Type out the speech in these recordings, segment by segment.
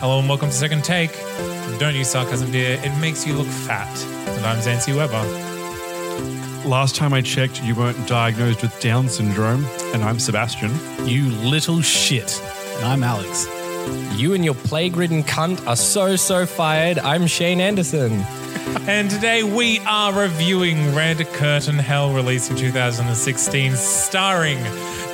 Hello and welcome to Second Take. Don't use sarcasm, dear. It makes you look fat. And I'm Zancy Weber. Last time I checked, you weren't diagnosed with Down syndrome, and I'm Sebastian. You little shit. And I'm Alex. You and your plague ridden cunt are so, so fired. I'm Shane Anderson. And today we are reviewing Red Curtain Hell, released in 2016, starring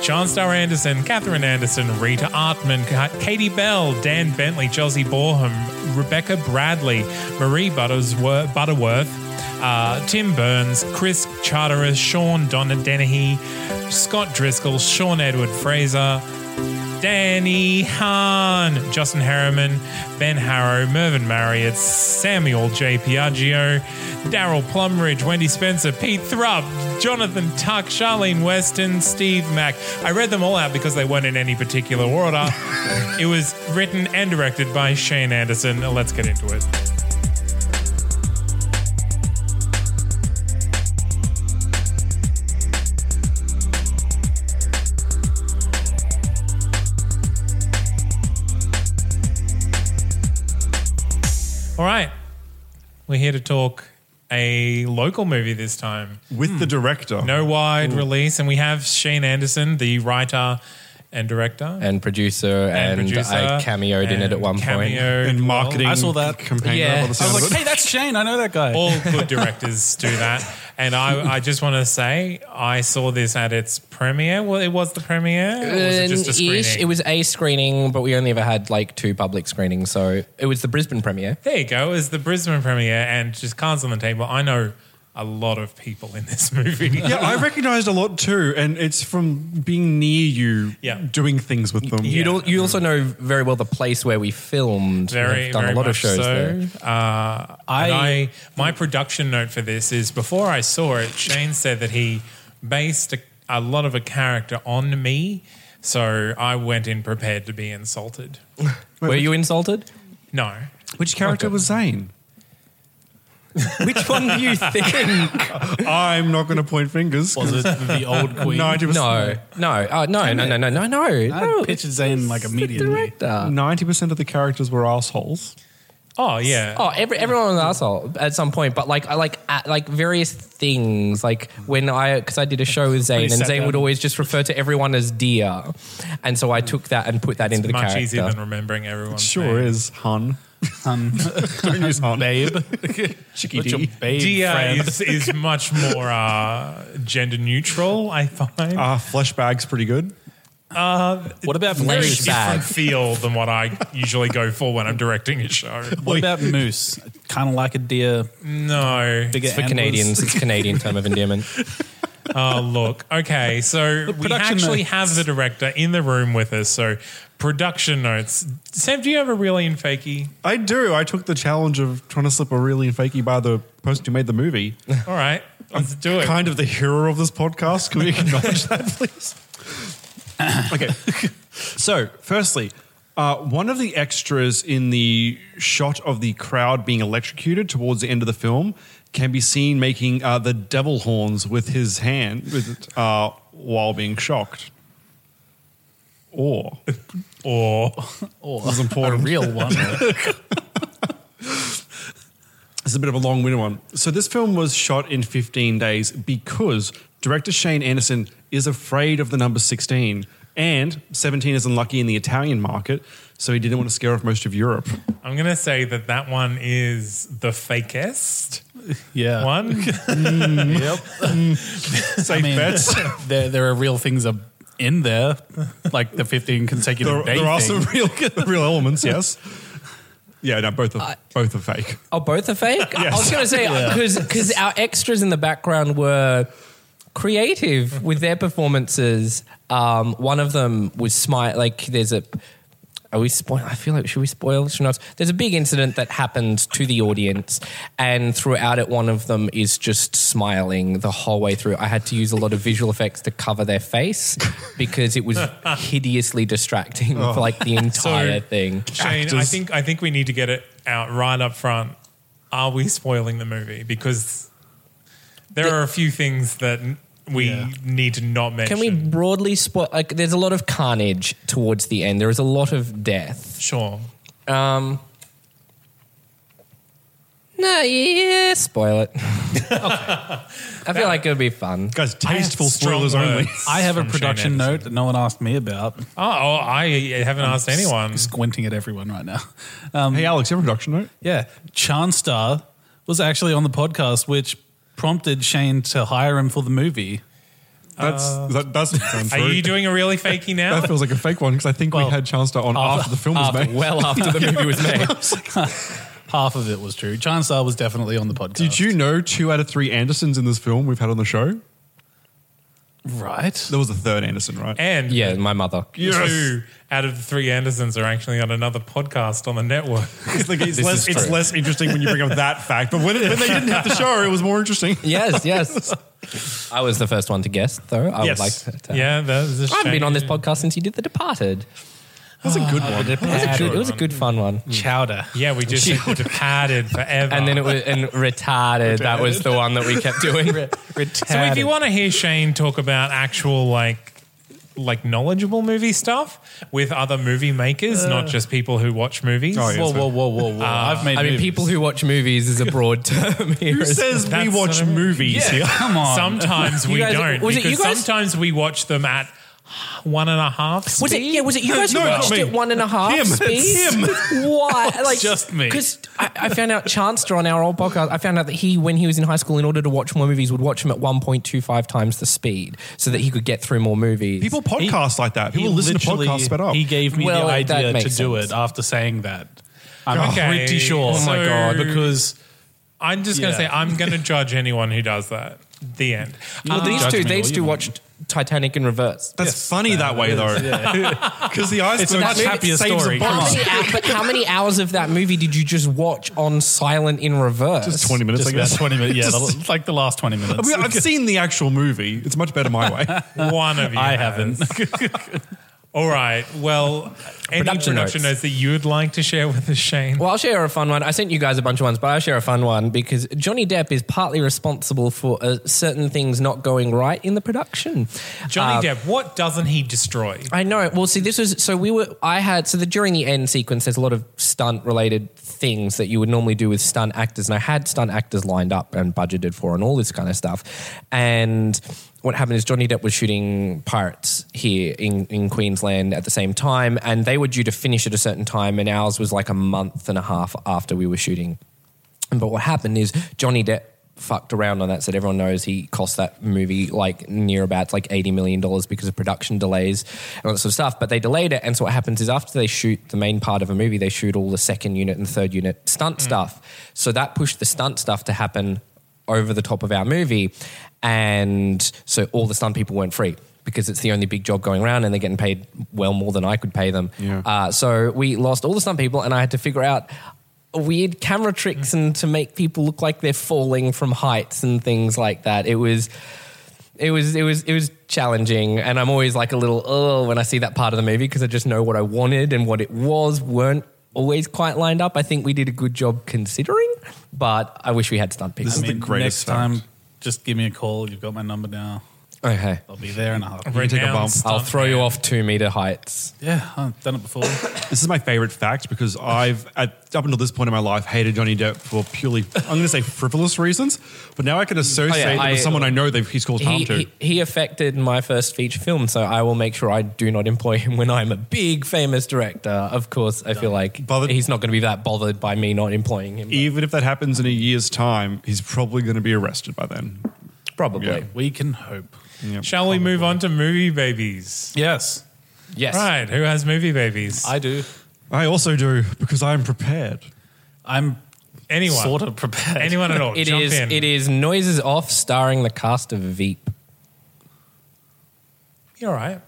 John Star Anderson, Catherine Anderson, Rita Artman, Ka- Katie Bell, Dan Bentley, Chelsea Borham, Rebecca Bradley, Marie Buttersworth, Butterworth, uh, Tim Burns, Chris Charteris, Sean Donna Dennehy, Scott Driscoll, Sean Edward Fraser, Danny Hahn, Justin Harriman, Ben Harrow, Mervyn Marriott, Samuel J. Piaggio, Daryl Plumridge, Wendy Spencer, Pete Thrupp, Jonathan Tuck, Charlene Weston, Steve Mack. I read them all out because they weren't in any particular order. it was written and directed by Shane Anderson. Let's get into it. All right. We're here to talk a local movie this time. With the director. No wide release, and we have Shane Anderson, the writer and director. And producer, and, I cameoed in it at one point. And marketing I saw that. campaigner. Yeah. by the sound I was of like, it. hey, that's Shane. I know that guy. All good directors do that. And I, I just want to say, I saw this at its premiere. Well, it was the premiere? Or was it just a An screening? ish. It was a screening, but we only ever had like two public screenings. So it was the Brisbane premiere. there you go. It was the Brisbane premiere, and just cards on the table. I know a lot of people in this movie. yeah, I recognized a lot too, and it's from being near you, Yeah. doing things with them. You, don't, you also know very well the place where we filmed. very, We've done very a lot of much shows so. there. Uh, I, I, my production note for this is before I saw it, Shane said that he based a, a lot of a character on me, so I went in prepared to be insulted. Were you insulted? No, Which character was Zane? Which one do you think? I'm not going to point fingers. Was it the old queen? Ninety No, no, uh, no, no, no, no, no, no. I no pictured Zane like immediately. director. percent of the characters were assholes. oh yeah, Oh, every, everyone was an asshole at some point, but like I like at, like various things. Like when I because I did a show with Zayn, and set Zayn would down. always just refer to everyone as dear, and so I took that and put that into the much character. easier than remembering everyone. Sure is hun. Um, Don't use hun. babe. Chicky What's your D. babe Dia friend? uh, is, is much more uh, gender neutral, I find. Ah, flesh bag's pretty good. What Very about Very moose? bad. different feel than what I usually go for when I'm directing a show. What about moose? Kind of like a deer, No, bigger It's for antlers. Canadians. It's a Canadian term of endearment. Oh, look. Okay. So we production actually notes. have the director in the room with us. So production notes. Sam, do you have a really in fakey? I do. I took the challenge of trying to slip a really and fakey by the person who made the movie. All right. Let's do it. kind of the hero of this podcast. Can we acknowledge that, please? okay. So, firstly, uh, one of the extras in the shot of the crowd being electrocuted towards the end of the film can be seen making uh, the devil horns with his hand with, uh, while being shocked. Or Or Or This is important. a real one. This is a bit of a long winded one. So, this film was shot in 15 days because director Shane Anderson is afraid of the number 16, and 17 is unlucky in the Italian market, so he didn't want to scare off most of Europe. I'm going to say that that one is the fakest Yeah. one. Yep. I mean, there, there are real things ab- in there, like the 15 consecutive There, day there are thing. some real, real elements, yes. Yeah, no, both are, both are fake. Oh, both are fake. I was going to say because our extras in the background were creative with their performances. Um, one of them was smile. Like there's a. Are we spoil? I feel like should we spoil? Should we not? There's a big incident that happened to the audience, and throughout it, one of them is just smiling the whole way through. I had to use a lot of visual effects to cover their face because it was hideously distracting for like the entire thing. Shane, I Actors. think I think we need to get it out right up front. Are we spoiling the movie? Because there are a few things that n- we need to not mention. Can we broadly spoil? Like, there's a lot of carnage towards the end. There is a lot of death. Sure. Um, no, yeah, spoil it. I feel like it'll be fun. Guys, tasteful Strong spoilers only. words I have a from Shane production Anderson. note that no one asked me about. Oh, oh, I Um, haven't asked anyone. Squinting at everyone right now. Um, hey, Alex, your production note? Yeah, Chanstar was actually on the podcast, which prompted Shane to hire him for the movie. That's Uh, that doesn't sound Are true. you doing a really fakey now? That feels like a fake one because I think Well, we had Chancellor on after, the film was After- made. Well, after the movie was made. Half of it was true. Chanstar was definitely on the podcast. Did you know two out of three Andersons in this film we've had on the show? Right. There was a third Anderson, right? Eh, and Yeah, my mother. Yes. two out of the three Andersons are actually on another podcast on the network. It's, like, it's, This less, is it's true. less interesting when you bring up that fact, but when, it, when they didn't have the show, it was more interesting. Yes, yes. I was the first one to guess, though. I Yes. would like to. to yeah, that was a I haven't been shame. on this podcast since you did The Departed. That's a good one. It was a good, it was a good fun one. Chowder. Yeah, we just had departed forever. And then it was and retarded. That was the one that we kept doing. So if you want to hear Shane talk about actual like like knowledgeable movie stuff with other movie makers, not just people who watch movies. Uh. Oh, yeah. Whoa, whoa, whoa, whoa, whoa. I've made I mean, movies. people who watch movies is a broad term here. Who says we That's watch what I mean. movies here? Come on. Sometimes You we guys- don't. was it because you guys- sometimes we watch them at one and a half. Was it? speed. Yeah, was it you guys who No, not watched me. it one and a half Him. speeds? Why? Like just me. Because I, I found out Chanster on our old podcast. I found out that he, when he was in high school, in order to watch more movies, would watch them at one point two five times the speed so that he could get through more movies. People podcast like that. People He listen to literally- podcasts sped up. He gave me Well, the that idea to makes do sense. it after saying that. I'm Okay, pretty sure. Oh my so- God. Because I'm just gonna Yeah. say I'm gonna judge anyone who does that. The end. Well, Ah. Um, these two, judgmental, these you two know. watched Titanic in reverse. That's funny that way, though. Because the iceberg a much happier saves story. the How Come boat. many hou- but how many hours of that movie did you just watch on silent in reverse? Just 20 minutes, just I about guess. 20 minutes. Yeah, Just- the, like the last 20 minutes. I mean, I've seen the actual movie. It's much better my way. one of you. I has. haven't. All right. Well, any production, Production notes. notes that you'd like to share with us, Shane? Well, I'll share a fun one. I sent you guys a bunch of ones, but I'll share a fun one because Johnny Depp is partly responsible for uh, certain things not going right in the production. Johnny Depp, what doesn't he destroy? I know. Well, see, this was so we were. I had so the during the end sequence, there's a lot of stunt related things that you would normally do with stunt actors, and I had stunt actors lined up and budgeted for and all this kind of stuff. And what happened is Johnny Depp was shooting Pirates here in, in Queensland at the same time, and they were due to finish at a certain time, and ours was like a month and a half after we were shooting but what happened is Johnny Depp fucked around on that, so everyone knows he cost that movie like near about like eighty million dollars because of production delays and all that sort of stuff. But they delayed it, and so what happens is after they shoot the main part of a movie, they shoot all the second unit and third unit stunt stuff. So that pushed the stunt stuff to happen over the top of our movie, and so all the stunt people weren't free. Because it's the only big job going around, and they're getting paid well more than I could pay them. Uh, so we lost all the stunt people, and I had to figure out weird camera tricks and to make people look like they're falling from heights and things like that. It was it was it was it was challenging and I'm always like a little oh when I see that part of the movie because I just know what I wanted and what it was weren't always quite lined up. I think we did a good job considering, but I wish we had stunt people. This is the greatest Next fact. time, just give me a call. You've got my number now. okay. I'll be there in a half. Renowned take a bump. stunt I'll throw you man. off 2 meter heights. Yeah, I've done it before. This is my favorite fact because I've, at, up until this point in my life, hated Johnny Depp for purely, I'm going to say frivolous reasons, but now I can associate Oh, yeah, him with I- someone I know that he's caused harm He, to. he, he affected my first feature film, so I will make sure I do not employ him when I'm a big famous director. Of course, I feel like Bothered? he's not going to be that bothered by me not employing him. Even if that happens in a year's time, he's probably going to be arrested by then. Probably. Yeah. we can hope. Shall we move on to movie babies? Yes, Yes. Right. Who has movie babies? I do. I also do because I'm prepared. I'm anyone? sort of prepared. Anyone at all? It Oh, Jump is. In. It is noises off, starring the cast of Veep. You're all right.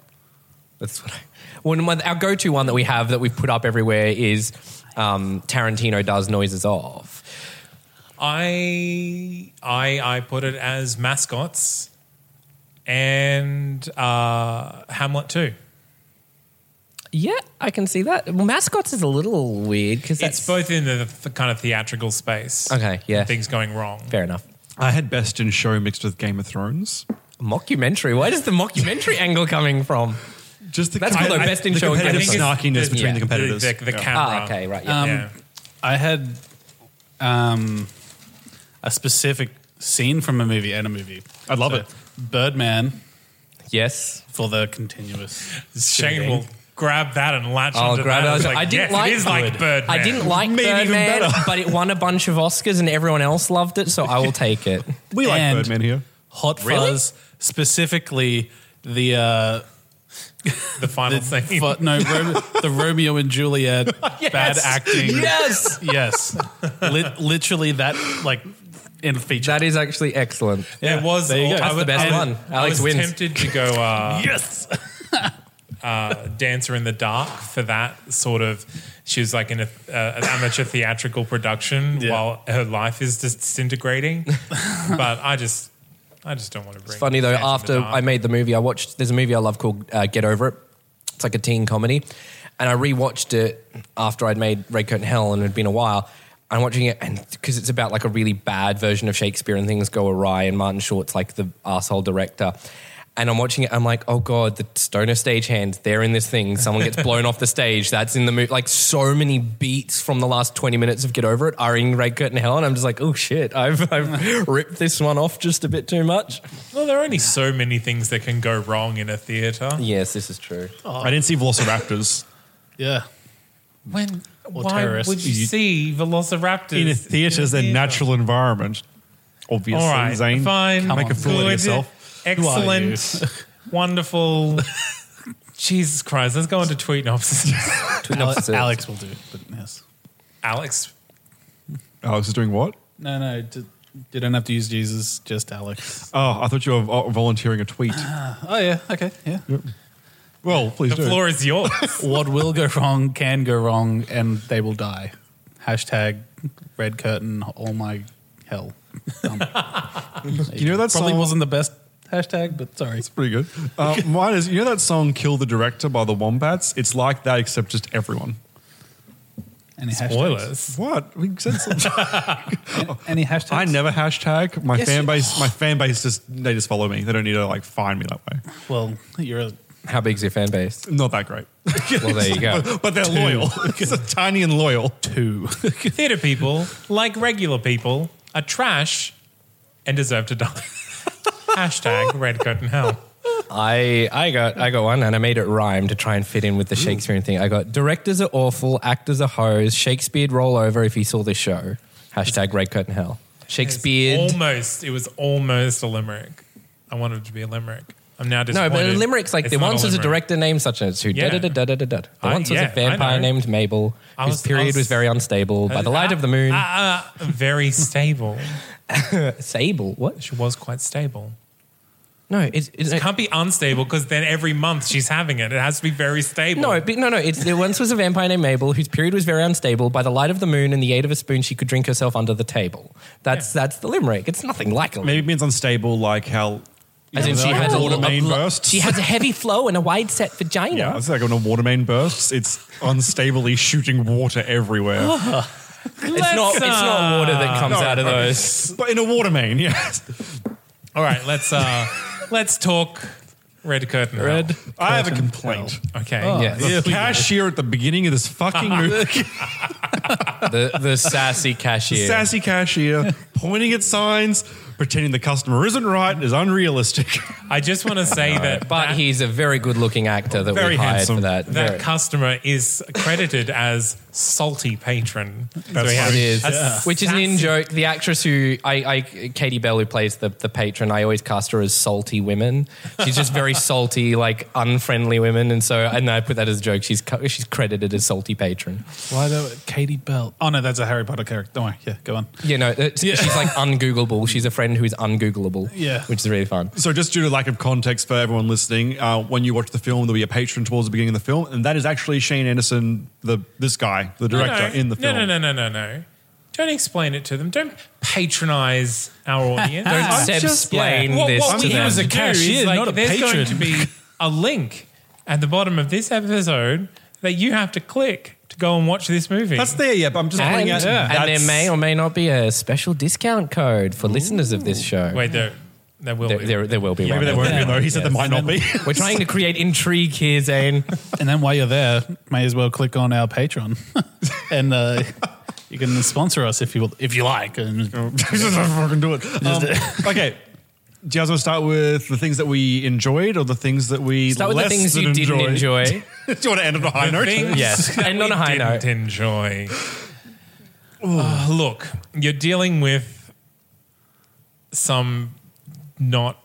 That's what I. One, one, our go-to one that we have that we've put up everywhere is um, Tarantino does noises of. I I I put it as mascots and uh, Hamlet too. Yeah, I can see that. Well, mascots is a little weird because that's It's both in the, th kind of theatrical space. Okay, yeah. Things going wrong. fair enough. I had Best in Show mixed with Game of Thrones. Mockumentary. Where does the mockumentary angle coming from? Just the That's cool though, Best in the Show and competitive Game of Thrones. snarkiness The- between yeah. the competitors. The, the, the camera. Um, Ah, okay, right. Yeah. yeah. I had um, a specific scene from a movie and a movie. I love it. Birdman yes. for the continuous. Shane will grab that and latch Oh, onto grab that. it. It's I didn't yes, like it is like Good. Birdman. I didn't like Birdman, but it won a bunch of Oscars and everyone else loved it, so I will take it. we like And- Birdman here. Hot Really? Fuzz, specifically the uh, the final the thing. fu- no Ro- the Romeo and Juliet bad acting. Yes. yes, Lit- literally that like in feature. That is actually excellent. it was there you go. all- That's the would- best I- one. I Alex was wins. tempted to go uh, yes, Dancer in the Dark for that sort of. She was like in a, uh, an amateur theatrical production Yeah. while her life is disintegrating. but I just, I just don't want to bring. It's Funny though, after I made the movie, I watched. There's a movie I love called uh, Get Over It. It's like a teen comedy, and I rewatched it after I'd made Red Coat and Hell, and it had been a while. I'm watching it, and because it's about like a really bad version of Shakespeare, and things go awry, and Martin Short's like the asshole director. And I'm watching it. I'm like, oh god, the stoner stagehand. They're in this thing. Someone gets blown off the stage. That's in the movie. Like so many beats from the last 20 minutes of Get Over It are in Red Curtain Hell, and I'm just like, oh shit, I've I've ripped this one off just a bit too much. well, there are only so many things that can go wrong in a theater. Yes, this is true. I didn't see Velociraptors yeah. When Or why terrorists. would you, You- see velociraptors in a theater as their theater? natural environment. Obviously, All right, Zane, fine, make on. a fool of good, yourself. Excellent, wonderful. Jesus Christ, let's go on to tweet synopsis. Ale- synopsis. Alex will do it, but yes. Alex, Alex Oh, is doing what? No, no, d- you don't have to use Jesus, just Alex. Oh, I thought you were uh, volunteering a tweet. Oh yeah, okay, yeah. Well, please the do. floor is yours. what will go wrong can go wrong, and they will die. Hashtag red curtain. All my hell. Um, you know that probably song? wasn't the best hashtag, but sorry. It's pretty good. Uh, mine is you know that song "Kill the Director" by the Wombats. It's like that, except just everyone. Any hashtags? Spoilers. What? We said something. Any hashtags? I never hashtag my Yes, fan you- base. My fan base just they just follow me. They don't need to like find me that way. Well, you're a How big's your fan base? Not that great. Well, there you go. but they're loyal. it's a tiny and loyal. Two. Theater people, like regular people, are trash and deserve to die. Hashtag red curtain hell. I I got I got one, and I made it rhyme to try and fit in with the Shakespearean thing. I got directors are awful, actors are hoes. Shakespeare'd roll over if he saw this show. Hashtag Red Curtain Hell. Shakespeare. Almost, it was almost a limerick. I wanted it to be a limerick. I'm now No, disappointed. but a limerick's like It's the not once was a limerick. director named such and such who Yeah. da da da da da da. The I- once was yeah, I a vampire know. named Mabel. I whose was- I period was, was- very unstable by the light of the moon. Uh, uh, very stable. Sable. What? She was quite stable. No, it's, it's, It can't be unstable because then every month she's having it. It has to be very stable. No, but no, no. It's, there once was a vampire named Mabel whose period was very unstable. By the light of the moon and the aid of a spoon, she could drink herself under the table. That's that's the limerick. It's nothing like a Maybe limerick. it means unstable, like how. As in, she like has a water lo- main a lo- bursts. She has a heavy flow and a wide set vagina. Yeah, it's like when a water main bursts, it's unstably shooting water everywhere. It's not. It's not water that comes No, out of no. those. but in a water main, yes. All right, let's uh, let's talk red curtain. Red. Hell. I have a complaint. Okay. yes. The cashier at the beginning of this fucking movie, The the sassy cashier. sassy cashier, pointing at signs, pretending the customer isn't right is unrealistic. I just want to say that, but that, he's a very good looking actor that Very we hired handsome. for that. that Very- customer is credited as salty patron. That's funny. It is, a which is an in sassy- joke. The actress who I, I Katie Bell, who plays the the patron, I always cast her as salty women. She's just very salty, like unfriendly women, and so and I put that as a joke. She's cu- she's credited as salty patron. why do Katie Bell? Oh no, that's a Harry Potter character. Don't worry. Yeah, go on. uh, You know, it's- she's like ungoogleable. She's afraid friend who's ungoogleable. Yeah. Which is really fun. So, just due to lack of context for everyone listening, uh, when you watch the film, there'll be a patron towards the beginning of the film, and that is actually Shane Anderson, the this guy, the No, director no, in the no, film. No, no, no, no, no. Don't explain it to them. Don't patronize our audience. Don't I'm Seb just- explain What- this what to we have them. He was a to do is, cashier, like, not a There's going patron. to be a link at the bottom of this episode that you have to click to go and watch this movie. That's there, yeah, but I'm just pointing And, out. and there that's- may or may not be a special discount code for listeners of this show. Wait, there, there will there, be. there, there will be Maybe one. there won't be, though. He said there might not be. We're trying to create intrigue here, Zane. And then while you're there, may as well click on our Patreon, and uh, you can sponsor us if you if you like. And just don't fucking do it. Um, okay. Do you guys want to start with the things that we enjoyed or the things that we Start with the less things than you didn't enjoyed? enjoy. do you want to end on a high note? Things Yes. that And on we a high didn't note. enjoy. Uh, look, you're dealing with some not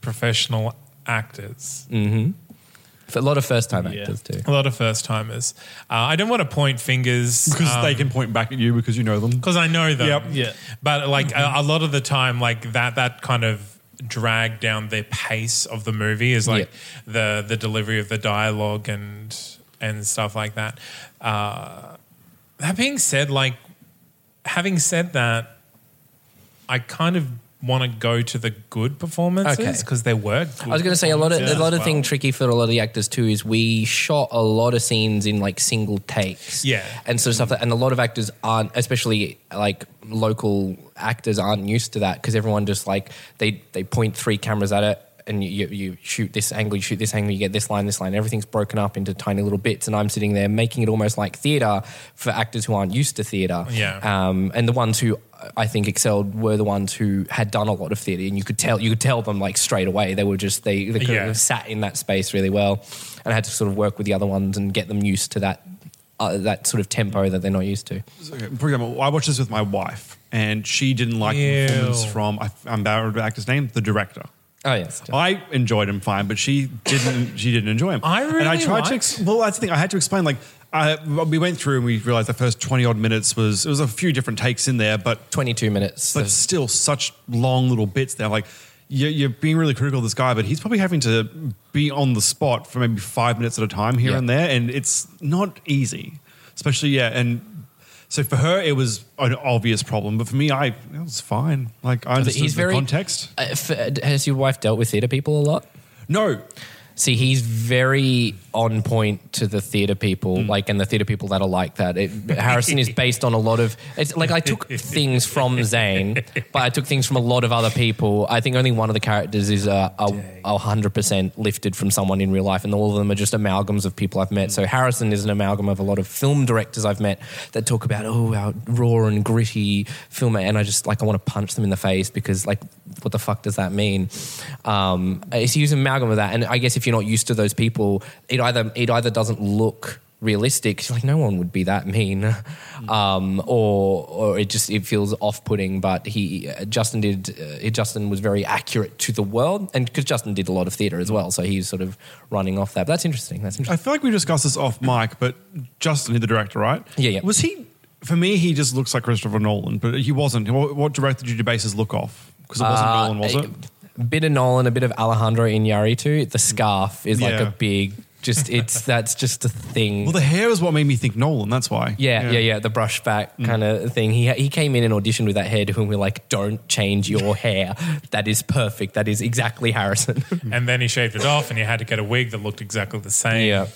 professional actors. For a lot of first time actors, too. A lot of first timers. Uh, I don't want to point fingers Because Um, they can point back at you because you know them. because I know them. Yep. Yeah. But like a, a lot of the time, like that that kind of drag down the pace of the movie is like the the delivery of the dialogue and and stuff like that. Uh, that being said, like having said that, I kind of want to go to the good performances Okay. because they were. Good I was going to say a lot of a performances lot as of thing well. tricky for a lot of the actors too is we shot a lot of scenes in like single takes, Yeah. and sort of stuff. That, and a lot of actors aren't, especially like local actors, aren't used to that because everyone just like they they point three cameras at it. And you, you shoot this angle, you shoot this angle, you get this line, this line. Everything's broken up into tiny little bits, and I'm sitting there making it almost like theater for actors who aren't used to theater. Yeah. Um, and the ones who I think excelled were the ones who had done a lot of theatre, and you could tell you could tell them like straight away they were just they, they could Yeah. have sat in that space really well, and I had to sort of work with the other ones and get them used to that uh, that sort of tempo that they're not used to. Okay, for example, I watched this with my wife and she didn't like the Ew. performance from, I, I'm bad with the actor's name, the director. Oh yes, I enjoyed him fine, but she didn't. She didn't enjoy him. I and I really tried to. liked- Ex- well, that's the thing. I had to explain. Like, I, we went through and we realized the first twenty odd minutes was it was a few different takes in there, but twenty two minutes. but still such long little bits there. Like, you're, you're being really critical of this guy, but he's probably having to be on the spot for maybe five minutes at a time here Yeah. and there, and it's not easy, especially yeah. And so for her, it was an obvious problem, but for me, I it was fine. Like, I understood the context. Uh, f- uh, has your wife dealt with theatre people a lot? No, See, he's very on point to the theatre people, like, and the theatre people that are like that. It, Harrison is based on a lot of, it's like I took things from Zane, but I took things from a lot of other people. I think only one of the characters is uh, a, a, a 100% lifted from someone in real life, and all of them are just amalgams of people I've met. So Harrison is an amalgam of a lot of film directors I've met that talk about, oh, our raw and gritty film, and I just, like, I want to punch them in the face because, like, what the fuck does that mean? Um, it's using amalgam of that, and I guess if you're not used to those people, it either it either doesn't look realistic. 'cause You're like no one would be that mean, um, or or it just it feels off putting. But he uh, Justin did uh, Justin was very accurate to the world, and because Justin did a lot of theatre as well, so he's sort of running off that. But that's interesting. That's interesting. I feel like we discussed this off mic, but Justin, the director, right? Yeah, yeah. Was he? For me, he just looks like Christopher Nolan, but he wasn't. What, what director did you base his look off? Because it wasn't Uh, Nolan, was it? A bit of Nolan, a bit of Alejandro Iñárritu. The scarf is like Yeah. a big. Just it's that's just a thing. Well, the hair is what made me think Nolan. That's why. Yeah, yeah, yeah. the brush back Mm. kind of thing. He he came in and auditioned with that hair, to whom we're like, "Don't change your hair. That is perfect. That is exactly Harrison." And then he shaved it off, and you had to get a wig that looked exactly the same.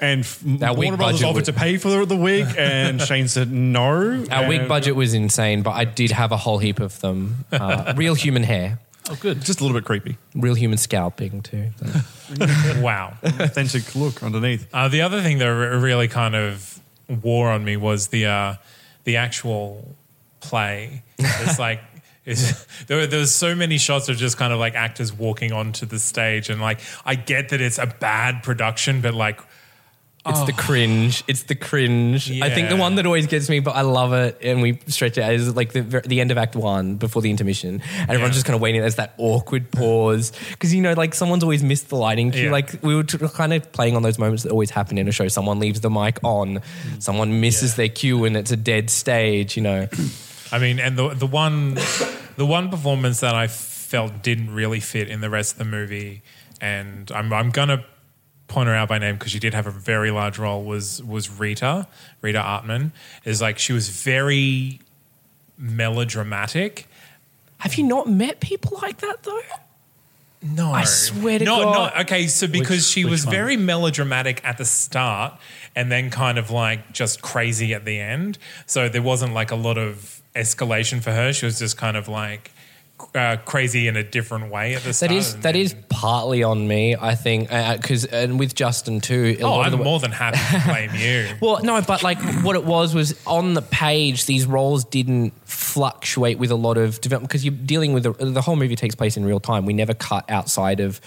And f- Warner wig Brothers budget offered would- to pay for the, the wig, and Shane said no. Our wig and- budget was insane, but I did have a whole heap of them. Uh, real human hair, Oh, good. Just a little bit creepy. real human scalping too. Wow. Authentic look underneath. Uh, the other thing that re- really kind of wore on me was the uh, the actual play. It's like it's, there, were, there was so many shots of just kind of like actors walking onto the stage, and like I get that it's a bad production, but like It's the cringe. It's the cringe. I think the Yeah. one that always gets me, but I love it. And we stretch it out is like the, ver- the end of Act One before the intermission, and everyone's just kind of waiting. There's that awkward pause because you know, like someone's always missed the lighting cue. Yeah. Like we were t- kind of playing on those moments that always happen in a show. Someone leaves the mic on, someone misses their cue, and it's a dead stage. You know, I mean, and the the one The one performance that I felt didn't really fit in the rest of the movie, and I'm, I'm going to point her out by name because she did have a very large role, was, was Rita, Rita Artman. Is like she was very melodramatic. Have you not met people like that though? No, I swear to no, God. No, okay. So because she which was one? very melodramatic at the start, and then kind of like just crazy at the end. So there wasn't like a lot of escalation for her. She was just kind of like uh, crazy in a different way at the start. That is and that then- is partly on me, I think, because and with Justin too. a Oh, lot of I'm the- more than happy to blame you. Well, no, but like what it was was on the page, these roles didn't fluctuate with a lot of development because you're dealing with the, the whole movie takes place in real time. We never cut outside of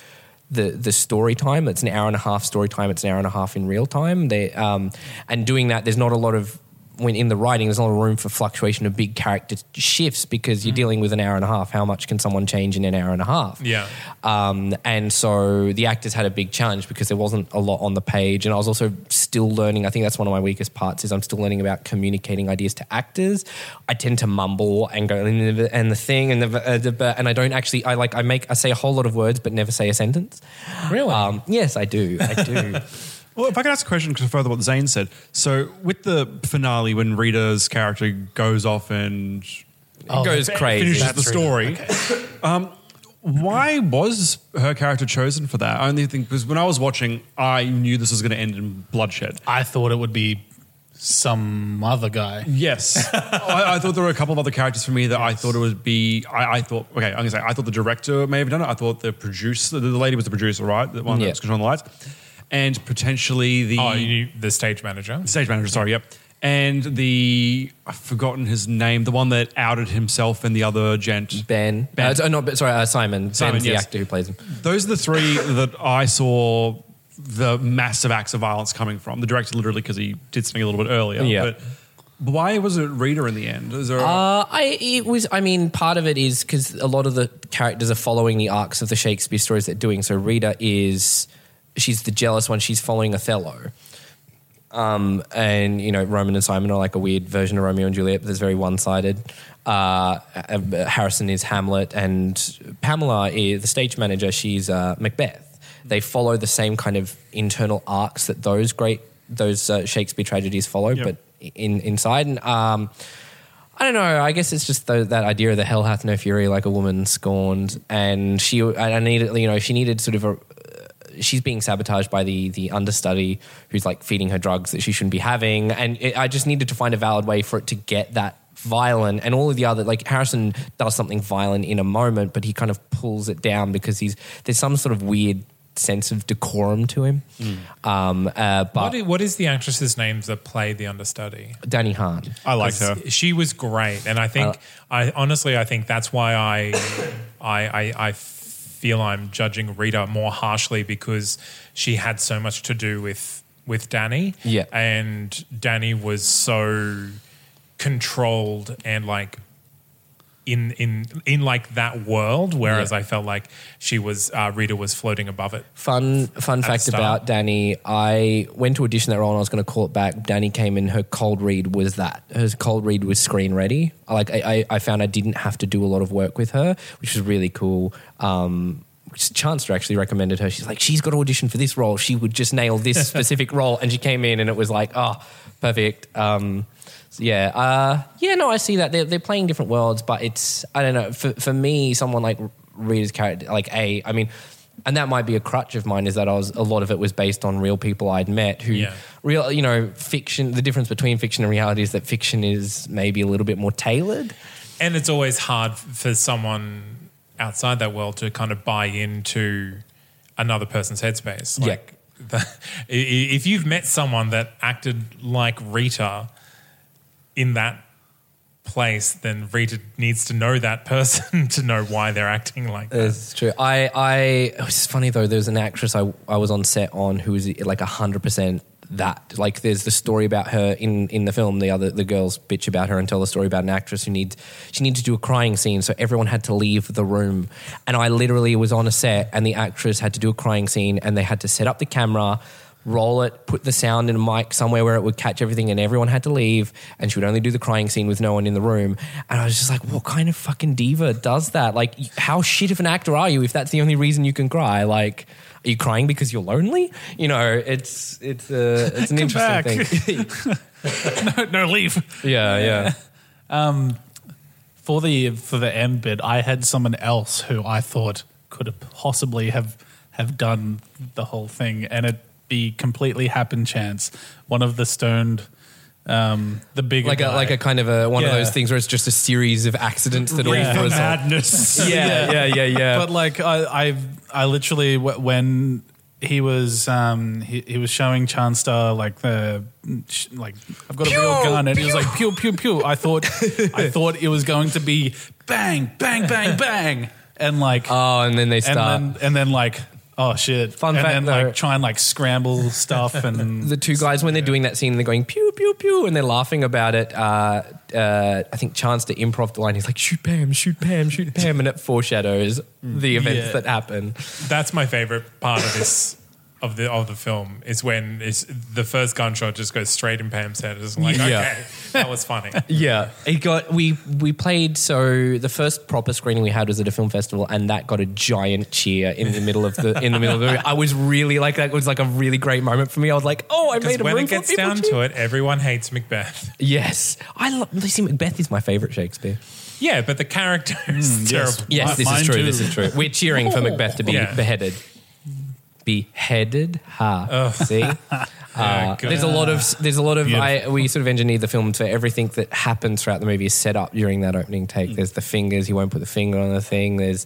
the the story time. It's an hour and a half story time. It's an hour and a half in real time. They um, and doing that, there's not a lot of when in the writing, there's not a room for fluctuation of big character shifts because you're dealing with an hour and a half. How much can someone change in an hour and a half? Yeah. Um, and so the actors had a big challenge because there wasn't a lot on the page. And I was also still learning. I think that's one of my weakest parts is I'm still learning about communicating ideas to actors. I tend to mumble and go and the, and the thing and the, uh, the and I don't actually I like I make I say a whole lot of words but never say a sentence. Really? Um, yes, I do. I do. Well, if I could ask a question to further what Zane said. So, with the finale, when Rita's character goes off and Oh, it goes crazy. finishes the story, um, why was her character chosen for that? I only think because when I was watching, I knew this was going to end in bloodshed. I thought it would be some other guy. Yes, Oh, I, I thought there were a couple of other characters for me that I thought it would be. I, I thought okay, I'm gonna say I thought the director may have done it. I thought the producer, the lady was the producer, right? The one Yeah. that was controlling the lights, and potentially the Oh, you, the stage manager. stage manager, sorry, yep. And the I've forgotten his name, the one that outed himself and the other gent. Ben, Ben. Uh, so- no, but sorry, uh, Simon. Simon, Ben's yes. the actor who plays him. Those are the three that I saw the massive acts of violence coming from. The director literally because he did something a little bit earlier. Yeah. But why was it Rita in the end? Is there Uh, I it was. I mean, part of it is because a lot of the characters are following the arcs of the Shakespeare stories they're doing. So Rita is she's the jealous one. She's following Othello. Um, and you know, Roman and Simon are like a weird version of Romeo and Juliet, but there's very one-sided. Uh, uh, Harrison is Hamlet, and Pamela is the stage manager. She's uh, Macbeth. They follow the same kind of internal arcs that those great those uh, Shakespeare tragedies follow, Yep. but in inside and um, I don't know. I guess it's just tho- that idea of the hell hath no fury, like a woman scorned, and she. I I needed, you know, she needed sort of a. uh, She's being sabotaged by the the understudy who's like feeding her drugs that she shouldn't be having, and it, I just needed to find a valid way for it to get that violent and all of the other like Harrison does something violent in a moment, but he kind of pulls it down because he's there's some sort of weird sense of decorum to him. Um, uh, What but is, what is the actress's name that played the understudy? Danny Hahn. I liked her. She was great, and I think Uh, I honestly I think that's why I I, I I feel I'm judging Rita more harshly because she had so much to do with with Danny. Yeah. and Danny was so controlled and like. In, in in like that world, whereas Yeah. I felt like she was uh, Rita was floating above it. Fun fun fact start. about Danny, I went to audition that role and I was going to call it back. Danny came in, her cold read was that. Her cold read was screen ready. I Like I, I, I found I didn't have to do a lot of work with her, which was really cool. Um, Chancer actually recommended her. She's like, she's got to audition for this role. She would just nail this specific role. And she came in and it was like, oh, perfect. Um, so yeah, uh, yeah, no, I see that they're, they're playing different worlds, but it's I don't know. For for me, someone like Rita's character, like a, I mean, and that might be a crutch of mine is that I was a lot of it was based on real people I'd met who Yeah. real, you know, fiction. The difference between fiction and reality is that fiction is maybe a little bit more tailored. and it's always hard for someone outside that world to kind of buy into another person's headspace. Like, the, i- i- if you've met someone that acted like Rita in that place, then Rita needs to know that person to know why they're acting like that. It's true. I, I, it was funny though. There was an actress I, I was on set on who was like hundred percent that. Like, there's the story about her in in the film. The other the girls bitch about her and tell the story about an actress who needs she needs to do a crying scene, so everyone had to leave the room. And I literally was on a set, and the actress had to do a crying scene, and they had to set up the camera. roll it, put the sound in a mic somewhere where it would catch everything, and everyone had to leave. And she would only do the crying scene with no one in the room. And I was just like, what kind of fucking diva does that? Like, y- how shit of an actor are you if that's the only reason you can cry? Like, are you crying because you're lonely? You know, it's it's uh, it's an Come interesting back. thing. no, no, leave. yeah, yeah. For the for the M bit, I had someone else who I thought could possibly have have done the whole thing, and it be completely happen chance. One of the stoned, um, the bigger Like a guy. like a kind of a one of Yeah. those things where it's just a series of accidents that all Yeah. result. Madness. Yeah, yeah, yeah, yeah. But like I, I, I literally wh- when he was um he, he was showing Chanstar like the sh- like I've got a real gun and he was like pew pew pew. I thought I thought it was going to be bang bang bang bang and like oh, and then they and start. then and then like oh shit Fun and fact, then like though- try and like scramble stuff and Hmm, the two guys when they're doing that scene, they're going pew pew pew, and they're laughing about it. Uh, uh, I think Chance to improv the line. He's like shoot Pam, shoot Pam, shoot Pam, and it foreshadows Mm. the events Yeah. that happen. That's my favorite part of this of the of the film is when it's, the first gunshot just goes straight in Pam's head. It's like, Yeah. okay, that was funny. Yeah, it got we we played. So the first proper screening we had was at a film festival, and that got a giant cheer in the middle of the in the middle of the movie. I was really like that was like a really great moment for me. I was like, oh, I Because made a when room it full of gets people down cheer. to it, everyone hates Macbeth. Yes, I love. Lizzie Macbeth is my favorite Shakespeare. Yeah, but the character Hmm, is terrible. Yes, Mi- this mine is true. too. This is true. We're cheering for Macbeth to be Yeah. beheaded. Beheaded, ha! See, Uh, good. there's a lot of there's a lot of I, we sort of engineered the film so everything that happens throughout the movie is set up during that opening take. There's the fingers; he won't put the finger on the thing. There's,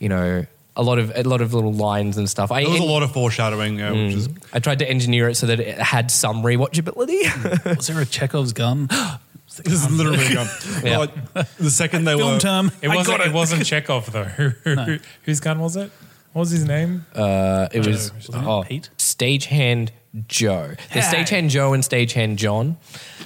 you know, a lot of a lot of little lines and stuff. I There was a lot of foreshadowing, uh, which is I tried to engineer it so that it had some rewatchability. was there a Chekhov's gun? this is literally gone. Yeah. But the second they Film were term. It I wasn't got it. wasn't Chekhov though. Whose gun was it? What was his name? it was it oh, Pete? stagehand Joe. There's Hey. stagehand Joe and stagehand John.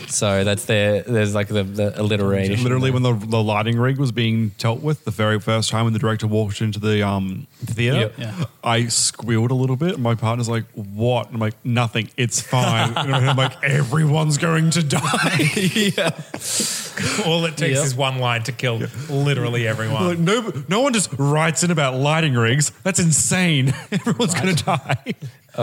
So that's their there's like the, the alliteration. literally when the, the lighting rig was being dealt with the very first time when the director walked into the um theater. Yep. Yeah. I squealed a little bit. And my partner's like, "What?" And I'm like, "Nothing. It's fine." and I'm like, "Everyone's going to die." All it takes Yeah. is one line to kill literally everyone. Like, no, no one just writes in about lighting rigs. That's insane. Everyone's going to die. It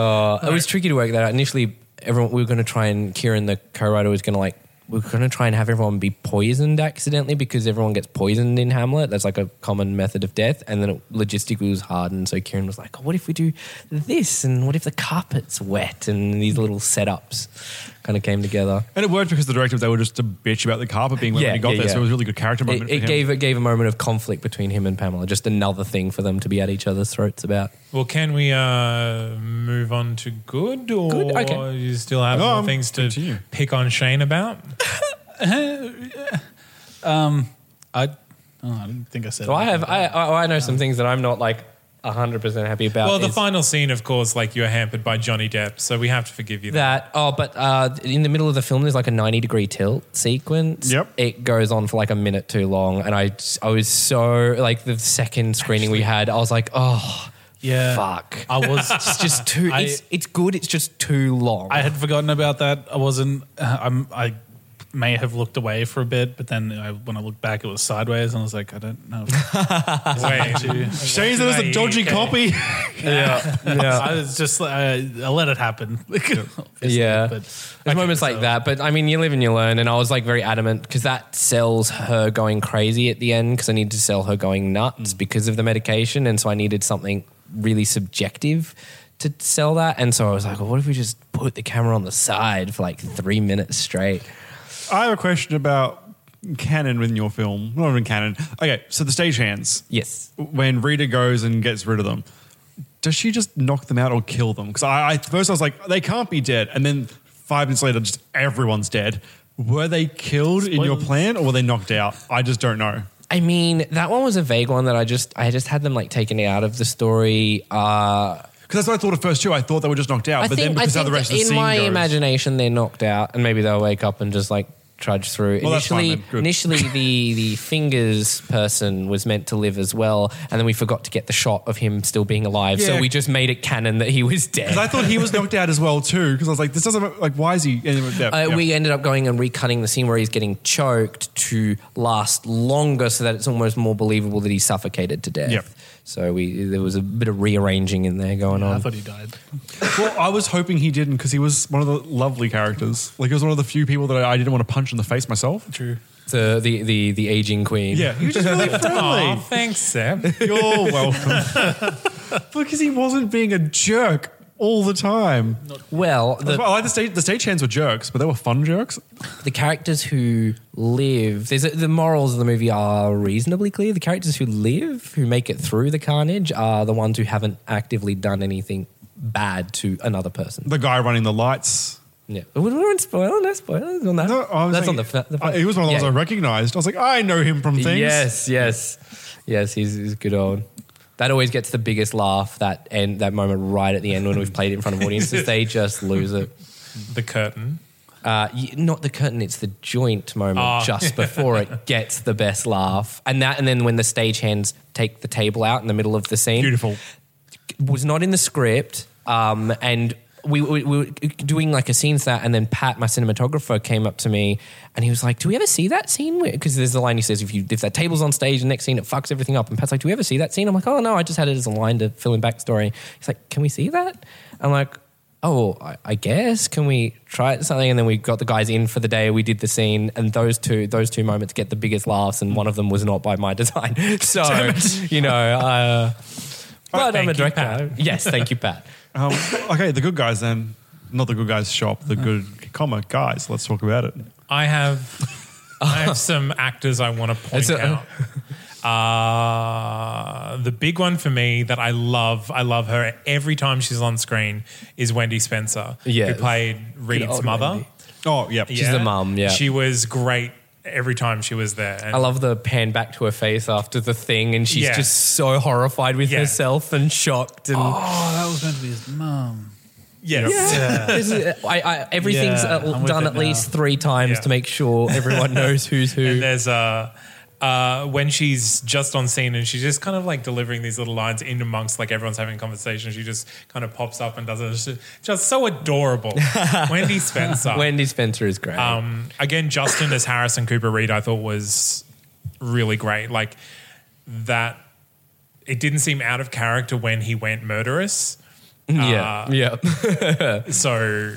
was tricky to work that out. Initially, everyone we were going to try and Kieran, the co-writer, was going to like we we're going to try and have everyone be poisoned accidentally because everyone gets poisoned in Hamlet. That's like a common method of death. And then it logistically was hard, and so Kieran was like, "Oh, "What if we do this? And what if the carpet's wet?" And these little setups kind of came together. And it worked because the directors they were just a bitch about the carpet being wet when he got there. So it was a really good character It- moment. It, for him. gave it gave a moment of conflict between him and Pamela. Just another thing for them to be at each other's throats about. Well, can we uh, move on to good, or Good, okay. you still have No, more I'm- things to continue. pick on Shane about? I, oh, I didn't think I said. So I that. have I I, I know some things that I'm not like hundred percent happy about. Well, the is final scene, of course, like you're hampered by Johnny Depp, so we have to forgive you. that oh, but uh, in the middle of the film, there's like a 90 degree tilt sequence. Yep. it goes on for like a minute too long, and I I was so like the second screening we had, I was like oh Yeah. fuck. Uh, I was it's just too. I- it's it's good. It's just too long. I had forgotten about that. I wasn't. Uh, I'm. I may have looked away for a bit, but then I, when I looked back, it was sideways, and I was like, I don't know. Wait, Shane said it was a dodgy copy. yeah, yeah. I was just. like, I, I let it happen. Obviously, Yeah. but There's moments like so- that, but I mean, you live and you learn. And I was like very adamant because that sells her going crazy at the end because I needed to sell her going nuts because of the medication. And so I needed something really subjective to sell that. And so I was like, well, what if we just put the camera on the side for like three minutes straight? I have a question about canon within your film. Not even canon. Okay, so the stagehands. Yes. When Rita goes and gets rid of them, does she just knock them out or kill them? Because I, I at first I was like, they can't be dead, and then five minutes later, just everyone's dead. Were they killed in your Spoilers. plan or were they knocked out? I just don't know. I mean, that one was a vague one that I just, I just had them like taken out of the story. Uh, Because that's what I thought at first too. I thought they were just knocked out, but then because how the rest of the in scene my goes, imagination, they're knocked out, and maybe they'll wake up and just like trudge through. Well, that's fine initially, then. Good. initially the the fingers person was meant to live as well, and then we forgot to get the shot of him still being alive, so Yeah. we just made it canon that he was dead. Because I thought he was knocked out as well too. Because I was like, this doesn't like why is he? Anyway, yeah, Uh, yeah. We ended up going and recutting the scene where he's getting choked to last longer, so that it's almost more believable that he suffocated to death. Yep. So we there was a bit of rearranging in there going I on. thought he died. Well, I was hoping he didn't because he was one of the lovely characters. Like he was one of the few people that I, I didn't want to punch in the face myself. True. the, the the the aging queen. Yeah, he was just really Aw, friendly. oh, thanks, Sam. You're welcome. because he wasn't being a jerk all the time. Well, the, I like the stage. The stagehands were jerks, but they were fun jerks. the characters who live, there's a, the morals of the movie are reasonably clear. The characters who live, who make it through the carnage, are the ones who haven't actively done anything bad to another person. The guy running the lights. Yeah, we weren't spoiling. No spoilers on that. No, I was That's like- on the. fa- the I- he was one of the ones Yeah. I recognized. I was like, I know him from things. Yes, yes, yes. He's, he's good old. That always gets the biggest laugh. That end, that moment right at the end when we've played it in front of audiences, they just lose it. The curtain. Uh, y- not the curtain; it's the joint moment Ah. just before it gets the best laugh. And that, and then when the stagehands take the table out in the middle of the scene, Beautiful. was not in the script, um, and we, we, we were doing like a scene to that, and then Pat, my cinematographer, came up to me, and he was like, "Do we ever see that scene?" Because there's the line he says, "If you if that table's on stage, the next scene it fucks everything up." And Pat's like, "Do we ever see that scene?" I'm like, "Oh no, I just had it as a line to fill in backstory." He's like, "Can we see that?" I'm like. Oh, I, I guess can we try it something? And then we got the guys in for the day. We did the scene, and those two those two moments get the biggest laughs. And one of them was not by my design, so you know. Uh, but thank I'm a you, director. Pat. Yes, thank you, Pat. Um, okay, the good guys then. Not the good guys shop. The good comma guys. Let's talk about it. I have I have some actors I want to point It's a- out. Uh, the big one for me that I love, I love her every time she's on screen is Wendy Spencer, who Yes. played Reed's old mother. Wendy. Oh yeah, She's the mum, yeah. she was great every time she was there. And I love the pan back to her face after the thing, and she's Yeah. just so horrified with Yeah. herself and shocked. And Oh, that was meant to be his mum. yes. This is- I, I, everything's Yeah, uh, I'm with done it at now. least three times Yeah. to make sure everyone knows who's And who. there's uh, uh, when she's just on scene and she's just kind of like delivering these little lines in amongst like everyone's having a conversation. She just kind of pops up and does it. It's just so adorable. Wendy Spencer. Wendy Spencer is great. uh, Um, again, Justin as Harrison Cooper Reed, I thought was really great. Like that, it didn't seem out of character when he went murderous. yeah, uh, yeah. So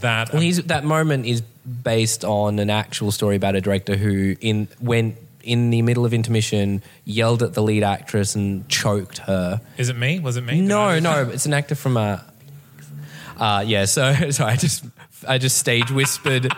that Well, he's, that moment is based on an actual story about a director who, in when in the middle of intermission, yelled at the lead actress and choked her. is it. Me was it me? No, Did I- no, it's an actor from uh, uh yeah. So, so I just, I just stage whispered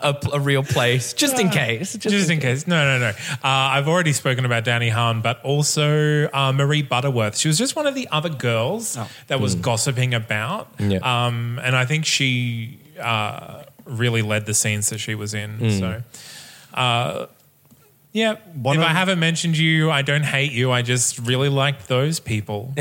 a, pl- a real place just in case. Just, Just in case. No, no, no. Uh, I've already spoken about Danny Hahn, but also uh, Marie Butterworth. She was just one of the other girls that was gossiping about. Yeah. Um, and I think she uh, really led the scenes that she was in. So, uh, yeah. if of- I haven't mentioned you, I don't hate you. I just really liked those people.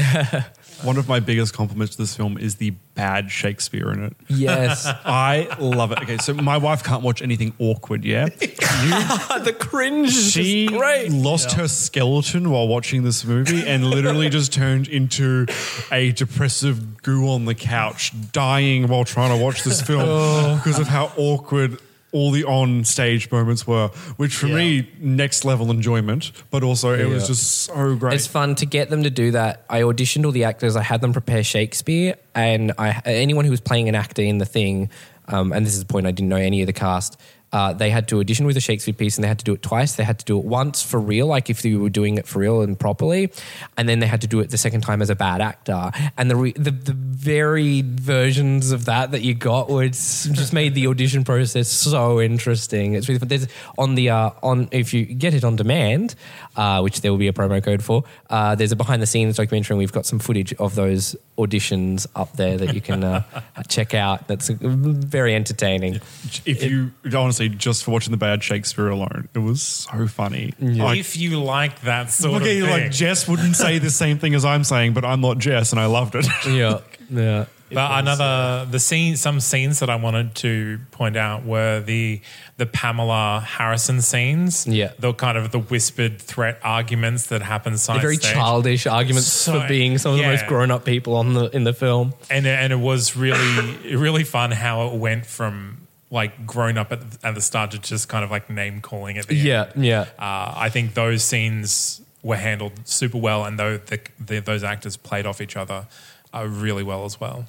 One of my biggest compliments to this film is the bad Shakespeare in it. Yes, I love it. Okay, so my wife can't watch anything awkward, yeah? the cringe. is She just great. lost her skeleton while watching this movie and literally just turned into a depressive goo on the couch, dying while trying to watch this film because of how awkward all the on stage moments were, which for me, next level enjoyment, but also it was Yeah. just so great. It's fun to get them to do that. I auditioned all the actors. I had them prepare Shakespeare, and I anyone who was playing an actor in the thing. Um, and this is the point I didn't know any of the cast. Uh, they had to audition with a Shakespeare piece, and they had to do it twice. They had to do it once for real, like if you were doing it for real and properly, and then they had to do it the second time as a bad actor. And the re- the, the varied versions of that that you got were it's just made the audition process so interesting. It's really fun. There's on the uh, on if you get it on demand, uh, which there will be a promo code for. Uh, there's a behind the scenes documentary, and we've got some footage of those auditions up there that you can uh, check out. That's uh, very entertaining. if you honestly just for watching the bad Shakespeare alone, it was so funny. Like, if you like that sort okay, of thing. like Jess wouldn't say the same thing as I'm saying, but I'm not Jess, and I loved it. Yeah, yeah. It But was, another the scene, some scenes that I wanted to point out were the the Pamela Harrison scenes. Yeah. the kind of the whispered threat arguments that happen side They're very stage. childish arguments So- for being some of yeah. the most grown up people on the in the film. and and it was really really fun how it went from like grown up at, at the start to just kind of like name calling at the end. Yeah, yeah. Uh, I think those scenes were handled super well, and though the, the, those actors played off each other uh, really well as well.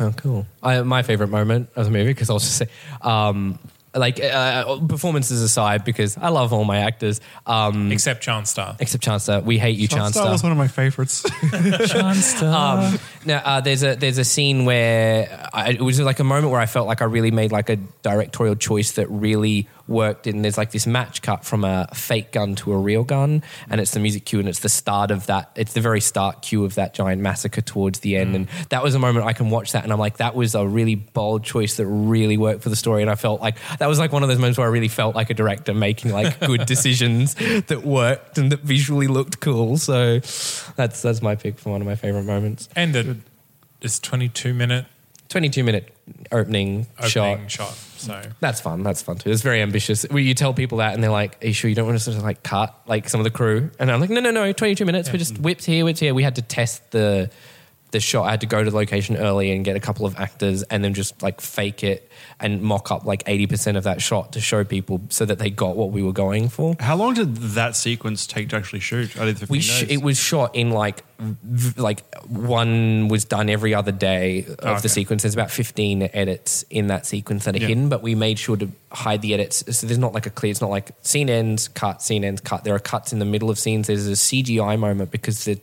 Oh, cool. I, my favorite moment of the movie, because I'll just say, um, like, uh, performances aside, because I love all my actors, um, Except Chanstar. except Chancellor. We hate you, Chancellor. That was one of my favorites. Um, now, uh, there's a there's a scene where I, it was like a moment where I felt like I really made like a directorial choice that really worked. And there's like this match cut from a fake gun to a real gun, and it's the music cue, and it's the start of that. It's the very start cue of that giant massacre towards the end, and that was a moment I can watch that, and I'm like, that was a really bold choice that really worked for the story. And I felt like that was like one of those moments where I really felt like a director making like good decisions that worked and that visually looked cool. So that's that's my pick for one of my favorite moments. And it, it's 22 minute 22 minute opening, opening shot. shot. So That's fun. That's fun too. It's very ambitious. Well, you tell people that, and they're like, "Are you sure you don't want us to like cut like some of the crew?" And I'm like, "No, no, no. 22 minutes. We just whipped here, whipped here. We had to test the the shot. I had to go to the location early and get a couple of actors, and then just like fake it and mock up like 80 percent of that shot to show people so that they got what we were going for." How long did that sequence take to actually shoot? I did 15 We days. sh- it was shot in like v- like one was done every other day of okay. the sequence. There's about 15 edits in that sequence that are hidden, but we made sure to hide the edits. So there's not like a clear. It's not like scene ends, cut, scene ends, cut. There are cuts in the middle of scenes. There's a CGI moment because the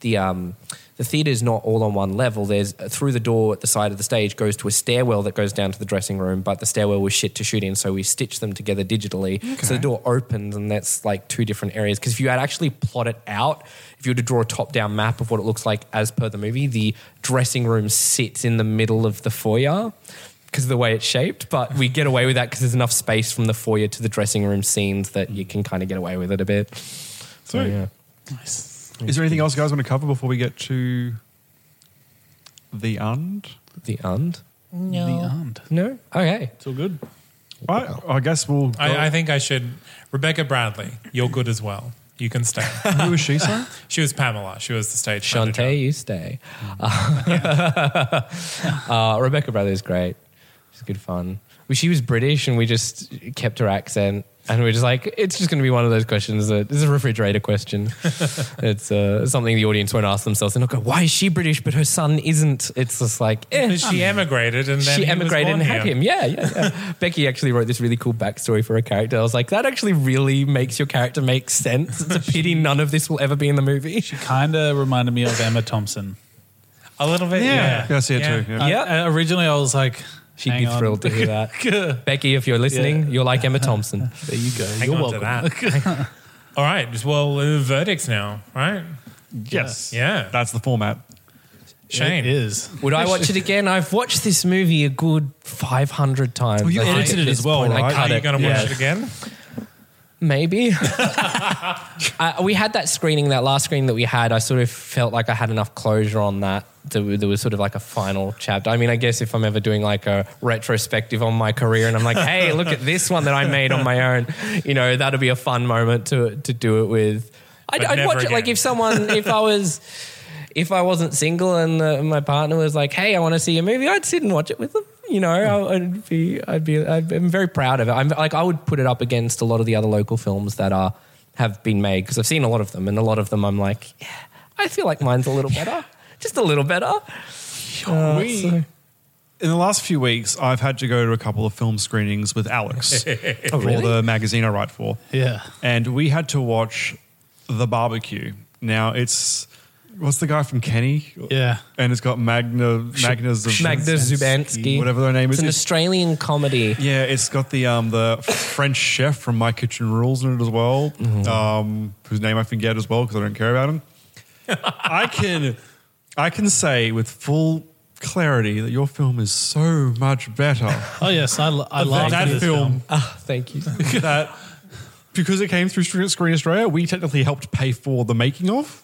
the um the theater's not all on one level. There's uh, through the door at the side of the stage goes to a stairwell that goes down to the dressing room, but the stairwell was shit to shoot in, so we stitched them together digitally. So the door opens, and that's like two different areas. Because if you had actually plot it out, if you were to draw a top down map of what it looks like as per the movie, the dressing room sits in the middle of the foyer because of the way it's shaped. But we get away with that because there's enough space from the foyer to the dressing room scenes that you can kind of get away with it a bit. So, yeah. Is there anything else you guys want to cover before we get to the end? The end? no. The end. No? Okay. It's all good. Right, I guess we'll. Go. I, I think I should. Rebecca Bradley, you're good as well. You can stay. Who is she? Sorry, she was Pamela. She was the stage. manager. Shantae, you stay. Uh, Rebecca Bradley is great. She's good fun. Well, She was British, and we just kept her accent. And we are just like, it's just going to be one of those questions. That, this is a refrigerator question. it's uh, something the audience won't ask themselves. They're not going, why is she British, but her son isn't? It's just like, eh, Because she emigrated and then she he was emigrated born and had here. him. Yeah, yeah. yeah. Becky actually wrote this really cool backstory for her character. I was like, that actually really makes your character make sense. It's a pity none of this will ever be in the movie. She kind of reminded me of Emma Thompson. A little bit. Yeah. Yeah, I see it too, yeah. Yeah. I- I- originally, I was like, She'd hang be on. thrilled to hear that. Becky, if you're listening, you're like Emma Thompson. There you go. Hang You're on welcome. to that. All right. just- Well, uh, verdicts now, right? yes, Yeah. that's the format. Shane. It is. Would I watch it again? I've watched this movie a good 500 times. Well, you I think edited at it as this well, point. I right? cut Are you it. going to watch Yeah. it again? Maybe. uh, we had that screening, that last screening that we had. I sort of felt like I had enough closure on that. There was there was sort of like a final chapter. I mean, I guess if I'm ever doing like a retrospective on my career and I'm like, hey, look at this one that I made on my own, you know, that'll be a fun moment to, to do it with. I'd, But I'd never watch it like again. if someone, if I was. If I wasn't single and uh, my partner was like, "Hey, I want to see a movie," I'd sit and watch it with them. You know, Hmm. I- I'd be, I'd be, I'd, I'm very proud of it. I'm like, I would put it up against a lot of the other local films that are have been made because I've seen a lot of them, and a lot of them I'm like, yeah, I feel like mine's a little better, just a little better. Uh, we, so- in the last few weeks, I've had to go to a couple of film screenings with Alex for really? the magazine I write for. Yeah. and we had to watch The Barbecue. Now it's what's the guy from Kenny? Yeah. and it's got Magna Magna Zub- Magda Zubansky, whatever their name It's is. an It's- Australian comedy. yeah, it's got the um the French chef from My Kitchen Rules in it as well, um, whose name I forget as well because I don't care about him. I can I can say with full clarity that your film is so much better. Oh, yes. I, l- I than laughed at that this film. film. Ah, thank you. that because it came through Screen Screen Australia, we technically helped pay for the making of.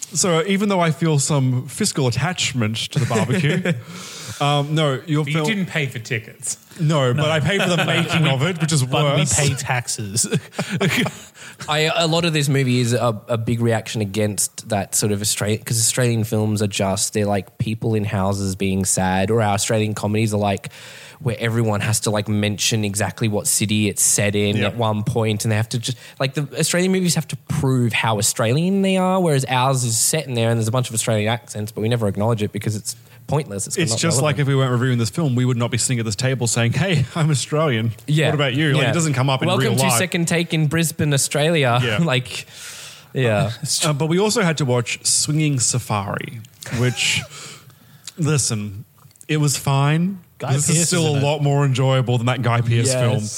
so even though I feel some fiscal attachment to the barbecue, um, no, your But you film, didn't pay for tickets. no, but I paid for the making of it, which is But we worse. pay taxes. I, a lot of this movie is a, a big reaction against that sort of Australian because Australian films are just they're like people in houses being sad, or our Australian comedies are like where everyone has to like mention exactly what city it's set in Yeah. at one point, and they have to just like the Australian movies have to prove how Australian they are, whereas ours is set in there and there's a bunch of Australian accents, but we never acknowledge it because it's pointless. It's not just like relevant. if we weren't reviewing this film, we would not be sitting at this table saying, "Hey, I'm Australian. What about you?" Like Yeah. it doesn't come up in Welcome real to life. Second Take in Brisbane, Australia. Yeah. like, yeah. Uh, but we also had to watch Swinging Safari, which, listen, it was fine. Guy this is Pearce, still a isn't it? lot more enjoyable than that Guy Pearce Yes.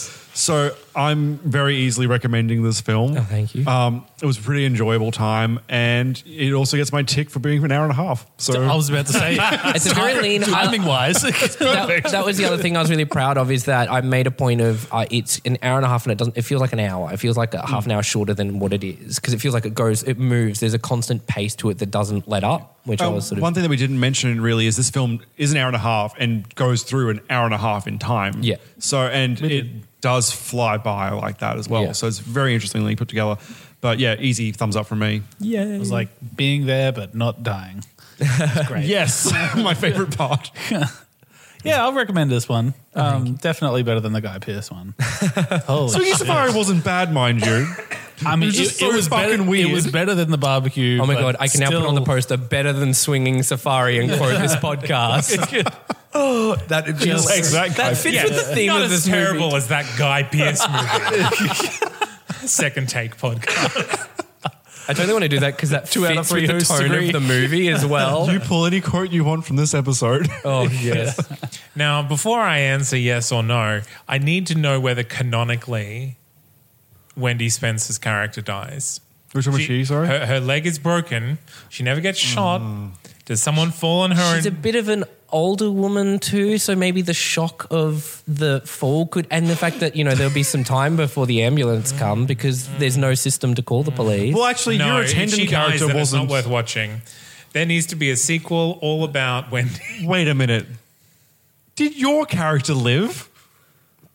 film. So I'm very easily recommending this film. Oh, thank you. Um, it was a pretty enjoyable time, and it also gets my tick for being for an hour and a half. So I was about to say. It's a very lean- timing wise. that, that was the other thing I was really proud of is that I made a point of uh, it's an hour and a half and it doesn't. It feels like an hour. It feels like a half an hour shorter than what it is because it feels like it goes, it moves. There's a constant pace to it that doesn't let up, which I Um, was sort of. one thing that we didn't mention really is this film is an hour and a half and goes through an hour and a half in time. Yeah. So and it does fly by like that as well. Yeah. So it's very interestingly put together. But yeah, easy thumbs up from me. It was like being there but not dying. Yes, my favorite part. Yeah, I'll recommend this one. Um, definitely better than the Guy Pearce one. Holy Twiggy shit. Safari wasn't bad, mind you. I mean, It was it, just so it was fucking better. weird. It was better than the barbecue. Oh my but god! I can now put on the still- poster better than swinging safari and quote this podcast. that feels Just- Exact that Guy fits Yeah, with the theme not of as this terrible movie. as that Guy Pierce movie. Second take podcast. I totally want to do that because that Two out of fits three with the hosts tone agree. of the movie as well. You pull any quote you want from this episode. oh yes. Now, before I answer yes or no, I need to know whether canonically Wendy Spencer's character dies. Which one was she? Sorry. Her, her leg is broken. She never gets shot. Does someone fall on her? She's a and, bit of an older woman too, so maybe the shock of the fall could, and the fact that you know there'll be some time before the ambulance come because there's no system to call the police. well, actually, no, your if attendant she dies, character then it's wasn't. not worth watching. There needs to be a sequel all about Wendy. Wait a minute. Did your character live?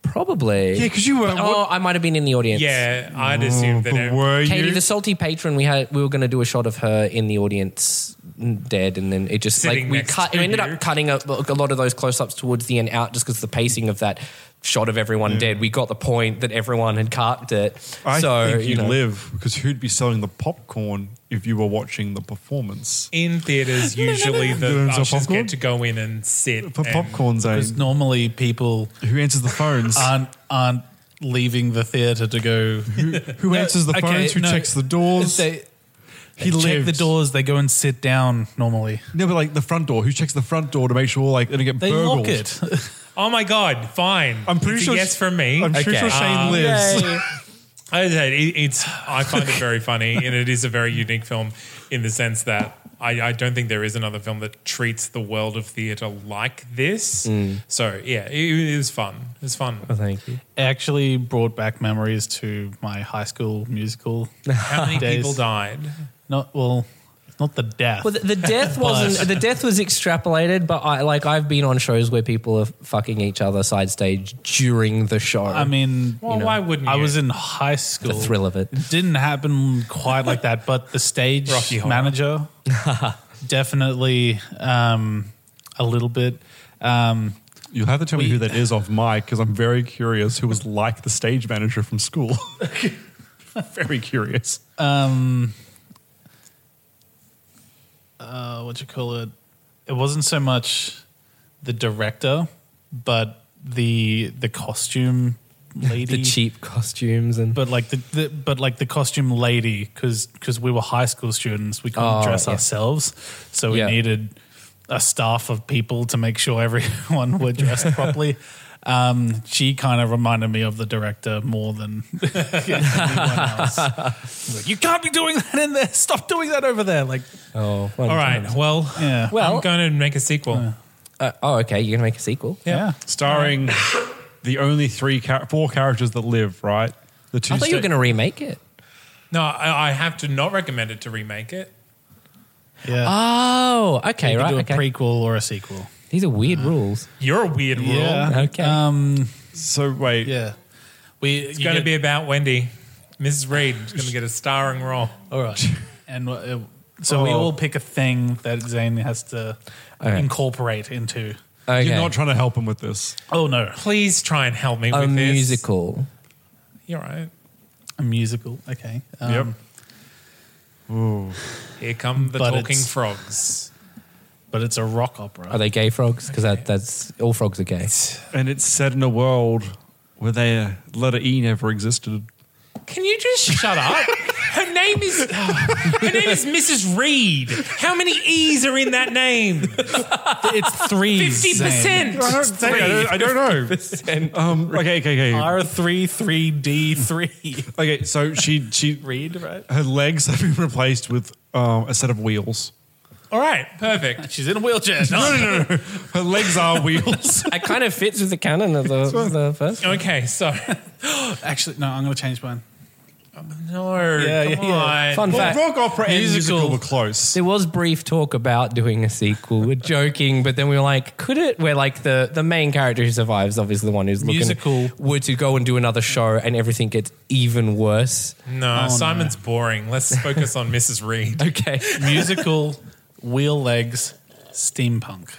Probably. Yeah, because you were. oh, I might have been in the audience. yeah, I'd assume that. but were you? Katie, the salty patron, we had we were going to do a shot of her in the audience, mm, dead, and then it just Sitting like we next cut. to We ended you. up cutting a, a lot of those close-ups towards the end out just because the pacing of that shot of everyone dead. We got the point that everyone had carked it. I so think you, know. live because who'd be selling the popcorn if you were watching the performance? in theaters, usually You don't the sell ushers popcorn? get to go in and sit. For and- popcorn, Zane. Because Uh, normally people Who answers the phones? aren't aren't leaving the theater to go. who answers the Okay, phones? Who no. checks the doors? They, he check lives. the doors. They go and sit down normally. No, but like the front door. Who checks the front door to make sure like they don't get They burgled? lock it. Oh my god! Fine. I'm pretty It's a sure yes from me. I'm pretty Okay. sure Shane Um, lives. I said, it- it's. I find it very funny, and it is a very unique film in the sense that I, I don't think there is another film that treats the world of theatre like this. So yeah, it, it was fun. It was fun. Oh, Thank you. Actually, brought back memories to my high school musical. How many Days. people died? Not well, not the death. Well, the, the death wasn't. the death was extrapolated, but I like I've been on shows where people are fucking each other side stage during the show. I mean, Well, why wouldn't I you? was in high school. The thrill of it. didn't happen quite like that, but the stage Rocky Horror. manager definitely um, a little bit. Um, You'll have to tell me who that is off mic because I'm very curious who was like the stage manager from school. very curious. um, uh, what you call it? It wasn't so much the director, but the the costume lady. the cheap costumes and but like the, the but like the costume lady because we were high school students we couldn't Oh, dress yeah. ourselves so we Yeah. needed a staff of people to make sure everyone were dressed properly um, she kind of reminded me of the director more than anyone else Like, you can't be doing that in there stop doing that over there like oh, All right. Well, Yeah. well, Well- I'm going to make a sequel. uh, oh, okay. You're gonna make a sequel. yeah Starring the only three, char- four characters that live, right? The two I thought you were sta- going to remake it. No, I, I have to not recommend it to remake it. Yeah. Oh, okay, you could right. do a okay. prequel or a sequel. These are weird rules. You're a weird rule. Yeah. Okay. Um, So wait, yeah. We, It's going to be about Wendy. Mrs. Reed is going to get a starring role. All right. And uh, so we Oh. all pick a thing that Zane has to Okay. incorporate into. okay. you're not trying to help him with this. Oh, no. Please try and help me a with this. musical. You're right. A musical. Okay. Um, Here come the But talking it's- frogs. But it's a rock opera. Are they gay frogs? Because that, that's all frogs are gay. and it's set in a world where the letter E never existed. Can you just shut up? Her name is her name is Mrs. Reed. How many E's are in that name? it's three. Fifty Zane. percent. I don't think. I don't, I don't know. Um, okay, okay, okay, R three three D three. okay. So she she Read right. her legs have been replaced with um, a set of wheels. All right, perfect. She's in a wheelchair. No, no, no. Her legs are wheels. It kind of fits with the canon of the, the first. Okay, so Actually, no. I'm going to change mine. no, Yeah, come yeah, yeah. on. Fun well, fact. rock opera and musical, Musical. were close. There was brief talk about doing a sequel. We're joking, but then we were like, could it? Where like the, the main character who survives, obviously the one who's looking Musical. were to go and do another show, and everything gets even worse. No, Simon's boring. Let's focus on Mrs. Reed. Okay, Musical wheel legs steampunk.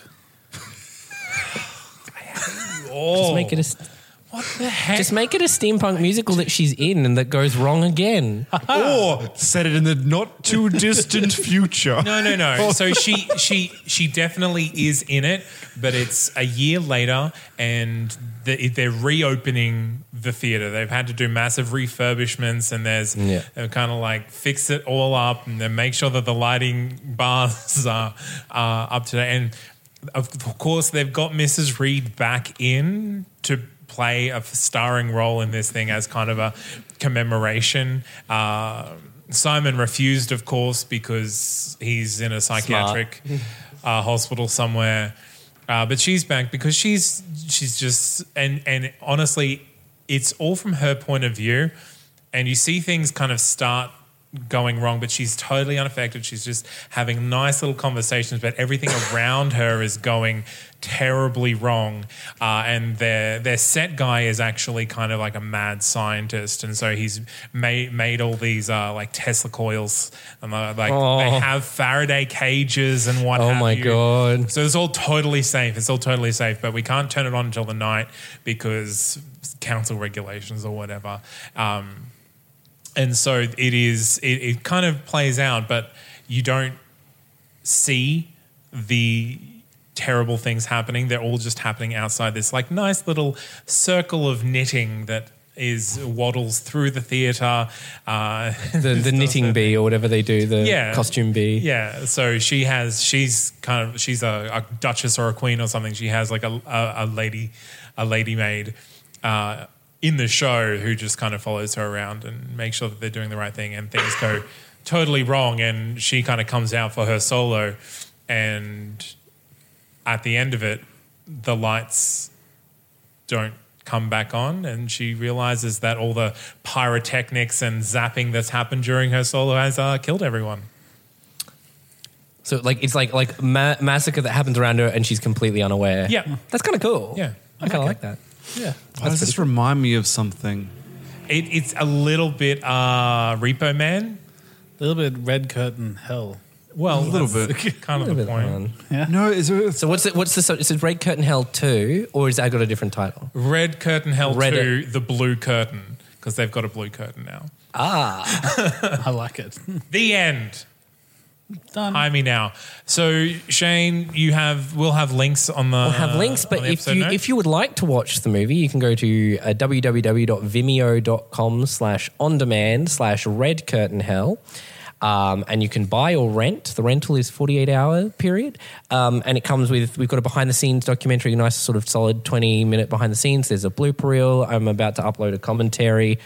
Oh, just make it a st- what the heck? just make it a steampunk musical that she's in and that goes wrong again. Or set Oh, it in the not too distant future. no, no, no. So she she she definitely is in it, but it's a year later, and the, they're reopening the theater. They've had to do massive refurbishments, and there's Yeah. they're kind of like fix it all up and then make sure that the lighting bars are, are up to date. And of course, they've got Mrs. Reed back in to play a starring role in this thing as kind of a commemoration. Uh, Simon refused, of course, because he's in a psychiatric uh, hospital somewhere. Uh, but she's back because she's she's just and and honestly, it's all from her point of view, and you see things kind of start going wrong, but she's totally unaffected. She's just having nice little conversations, but everything around her is going terribly wrong. Uh, and their their set guy is actually kind of like a mad scientist, and so he's made made all these uh, like Tesla coils, and uh, like they Oh. have Faraday cages and what. Oh have my you. God. So it's all totally safe. It's all totally safe, but we can't turn it on until the night because council regulations or whatever. Um, and so it is. It, it kind of plays out, but you don't see the terrible things happening. They're all just happening outside this like nice little circle of knitting that is waddles through the theater. Uh, The the knitting bee or whatever they do, the Yeah. costume bee. Yeah, so she has she's kind of she's a, a duchess or a queen or something. She has like a a, a lady a lady maid uh, in the show who just kind of follows her around and makes sure that they're doing the right thing. And things go totally wrong, and she kind of comes out for her solo. And at the end of it, the lights don't come back on and she realizes that all the pyrotechnics and zapping that's happened during her solo has uh, killed everyone. So like it's like like ma- massacre that happens around her and she's completely unaware. Yeah. that's kind of cool. Yeah. I kind of like that. Why does this remind me of something? It, it's a little bit uh, Repo Man. A little bit red curtain hell. Well, a little bit. kind of A the bit point. on. No, it's, So what's it? What's the? so- Is it Red Curtain Hell two, or is that got a different title? Red Curtain Hell Red- Two, the Blue Curtain, because they've got a blue curtain now. I like it. The end. Done. Hi me now. So Shane, you have we'll have links on the We'll have links, Uh, on but the if episode you notes. if you would like to watch the movie, you can go to uh, www.vimeo.com slash on demand slash Red Curtain Hell. Um, and you can buy or rent. The rental is 48 hour period. Um, and it comes with, we've got a behind the scenes documentary, a nice sort of solid 20 minute behind the scenes. There's a blooper reel. I'm about to upload a commentary.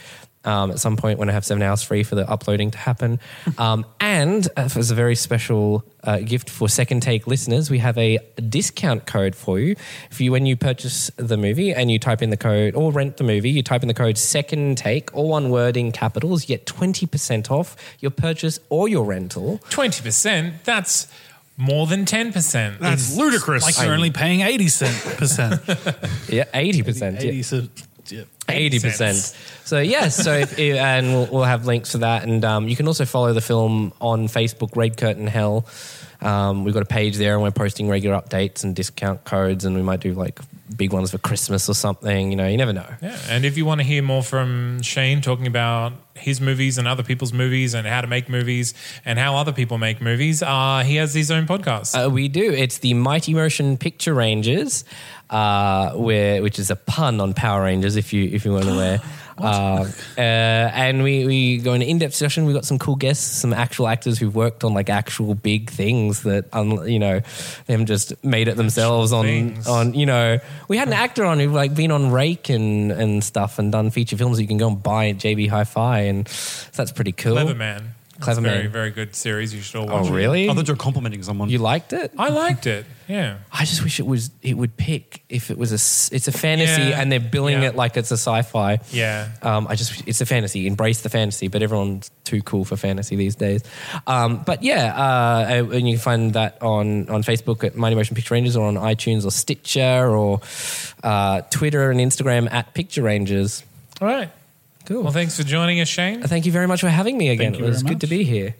um, at some point when I have seven hours free for the uploading to happen. Um, and as a very special uh, gift for Second Take listeners, we have a discount code for you. If you, when you purchase the movie and you type in the code or rent the movie, you type in the code Second Take, all one word in capitals, you get twenty percent off your purchase or your rental. Twenty percent. That's more than ten percent. That's ludicrous. Like you're only paying 80 cent percent. Yeah, eighty percent. 80 cent. Yeah. Eighty percent. cents. So yes. So if, if- and we'll, we'll have links for that, and um, you can also follow the film on Facebook, Red Curtain Hell. Um, we've got a page there, and we're posting regular updates and discount codes, and we might do like big ones for Christmas or something. You know, you never know. Yeah, and if you want to hear more from Shane talking about his movies and other people's movies and how to make movies and how other people make movies, uh, he has his own podcast. Uh, we do. It's the Mighty Motion Picture Rangers, uh, where which is a pun on Power Rangers, if you if you weren't aware. Uh, uh, and we, we go into in-depth discussion. We've got some cool guests, some actual actors who've worked on like actual big things that, um, you know, they haven't just made it themselves on, things. on, you know, we had an actor on who like been on Rake and, and stuff and done feature films that you can go and buy at JB Hi-Fi. And so that's pretty cool. Clever Man. It's Clever a very, Man. very good series. You should all watch Oh, it. really? I thought you were complimenting someone. You liked it? I liked it. Yeah. I just wish it was it would pick if it was a s- it's a fantasy Yeah. and they're billing Yeah. it like it's a sci-fi. Yeah. Um, I just it's a fantasy. Embrace the fantasy, but everyone's too cool for fantasy these days. Um, but yeah, uh, and and you can find that on on Facebook at Mighty Motion Picture Rangers or on iTunes or Stitcher or uh, Twitter and Instagram at Picture Rangers. All right. Cool. Well, thanks for joining us, Shane. Thank you very much for having me again. Thank you It was very good to much. be here.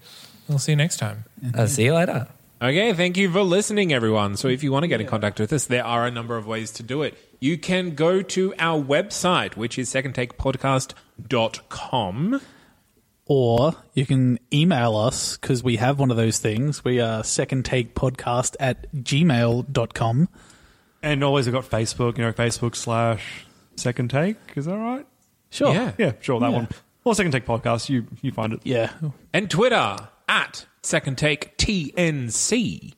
We'll see you next time. I'll see you later. Okay, thank you for listening, everyone. So, if you want to get in contact with us, there are a number of ways to do it. You can go to our website, which is secondtakepodcast.com. Or you can email us because we have one of those things. We are second take podcast at gmail.com. And always I've got Facebook, you know, Facebook slash second take. Is that right? Sure. Yeah. Yeah, sure, that Yeah. one. Or second take podcast, you you find it. Yeah. And Twitter at secondtaketnc.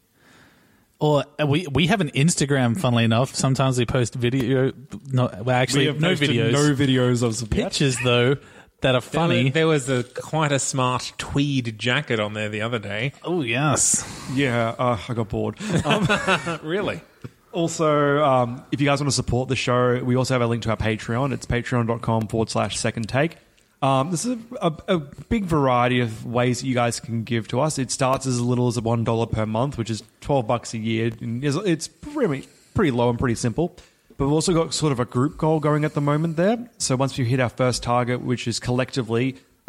Or uh, we we have an Instagram, funnily enough. Sometimes we post video. No, well, actually, We have no posted videos. No videos of some pictures, though, that are funny. There was a quite a smart tweed jacket on there the other day. Oh, yes. Yeah, uh, I got bored. Um, Really? also, um, if you guys want to support the show, we also have a link to our Patreon. It's patreon.com forward slash second take. Um, this is a, a, a big variety of ways that you guys can give to us. It starts as little as $1 per month, which is 12 bucks a year. And is- it's pretty, pretty low and pretty simple. But we've also got sort of a group goal going at the moment there. So once we hit our first target, which is collectively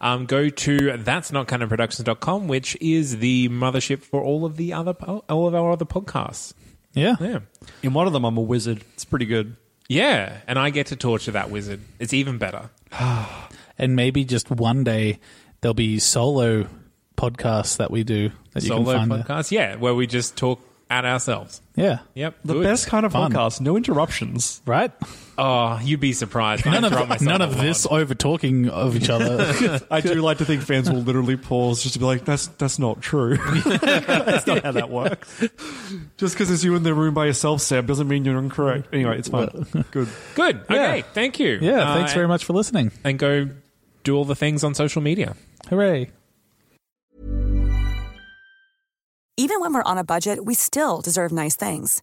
um, go to that's not kind of productions.com, which is the mothership for all of the other po- all of our other podcasts. Yeah. Yeah. in one of them i'm a wizard it's pretty good Yeah, and I get to torture that wizard. It's even better. And maybe just one day there'll be solo podcasts that we do that you Solo can find. there. podcast, yeah, where we just talk at ourselves. Yeah. Yep, the good. best kind of Fun. podcast no interruptions Right? Oh, you'd be surprised. I None interrupt of, myself none a of lot. this over talking of each other. i do like to think fans will literally pause just to be like that's that's not true that's not how that works just because it's you in the room by yourself seb doesn't mean you're incorrect anyway it's fine good Good. Okay. Thank you. yeah. Uh, Thanks very much for listening. And go do all the things on social media. Hooray. Even when we're on a budget, we still deserve nice things.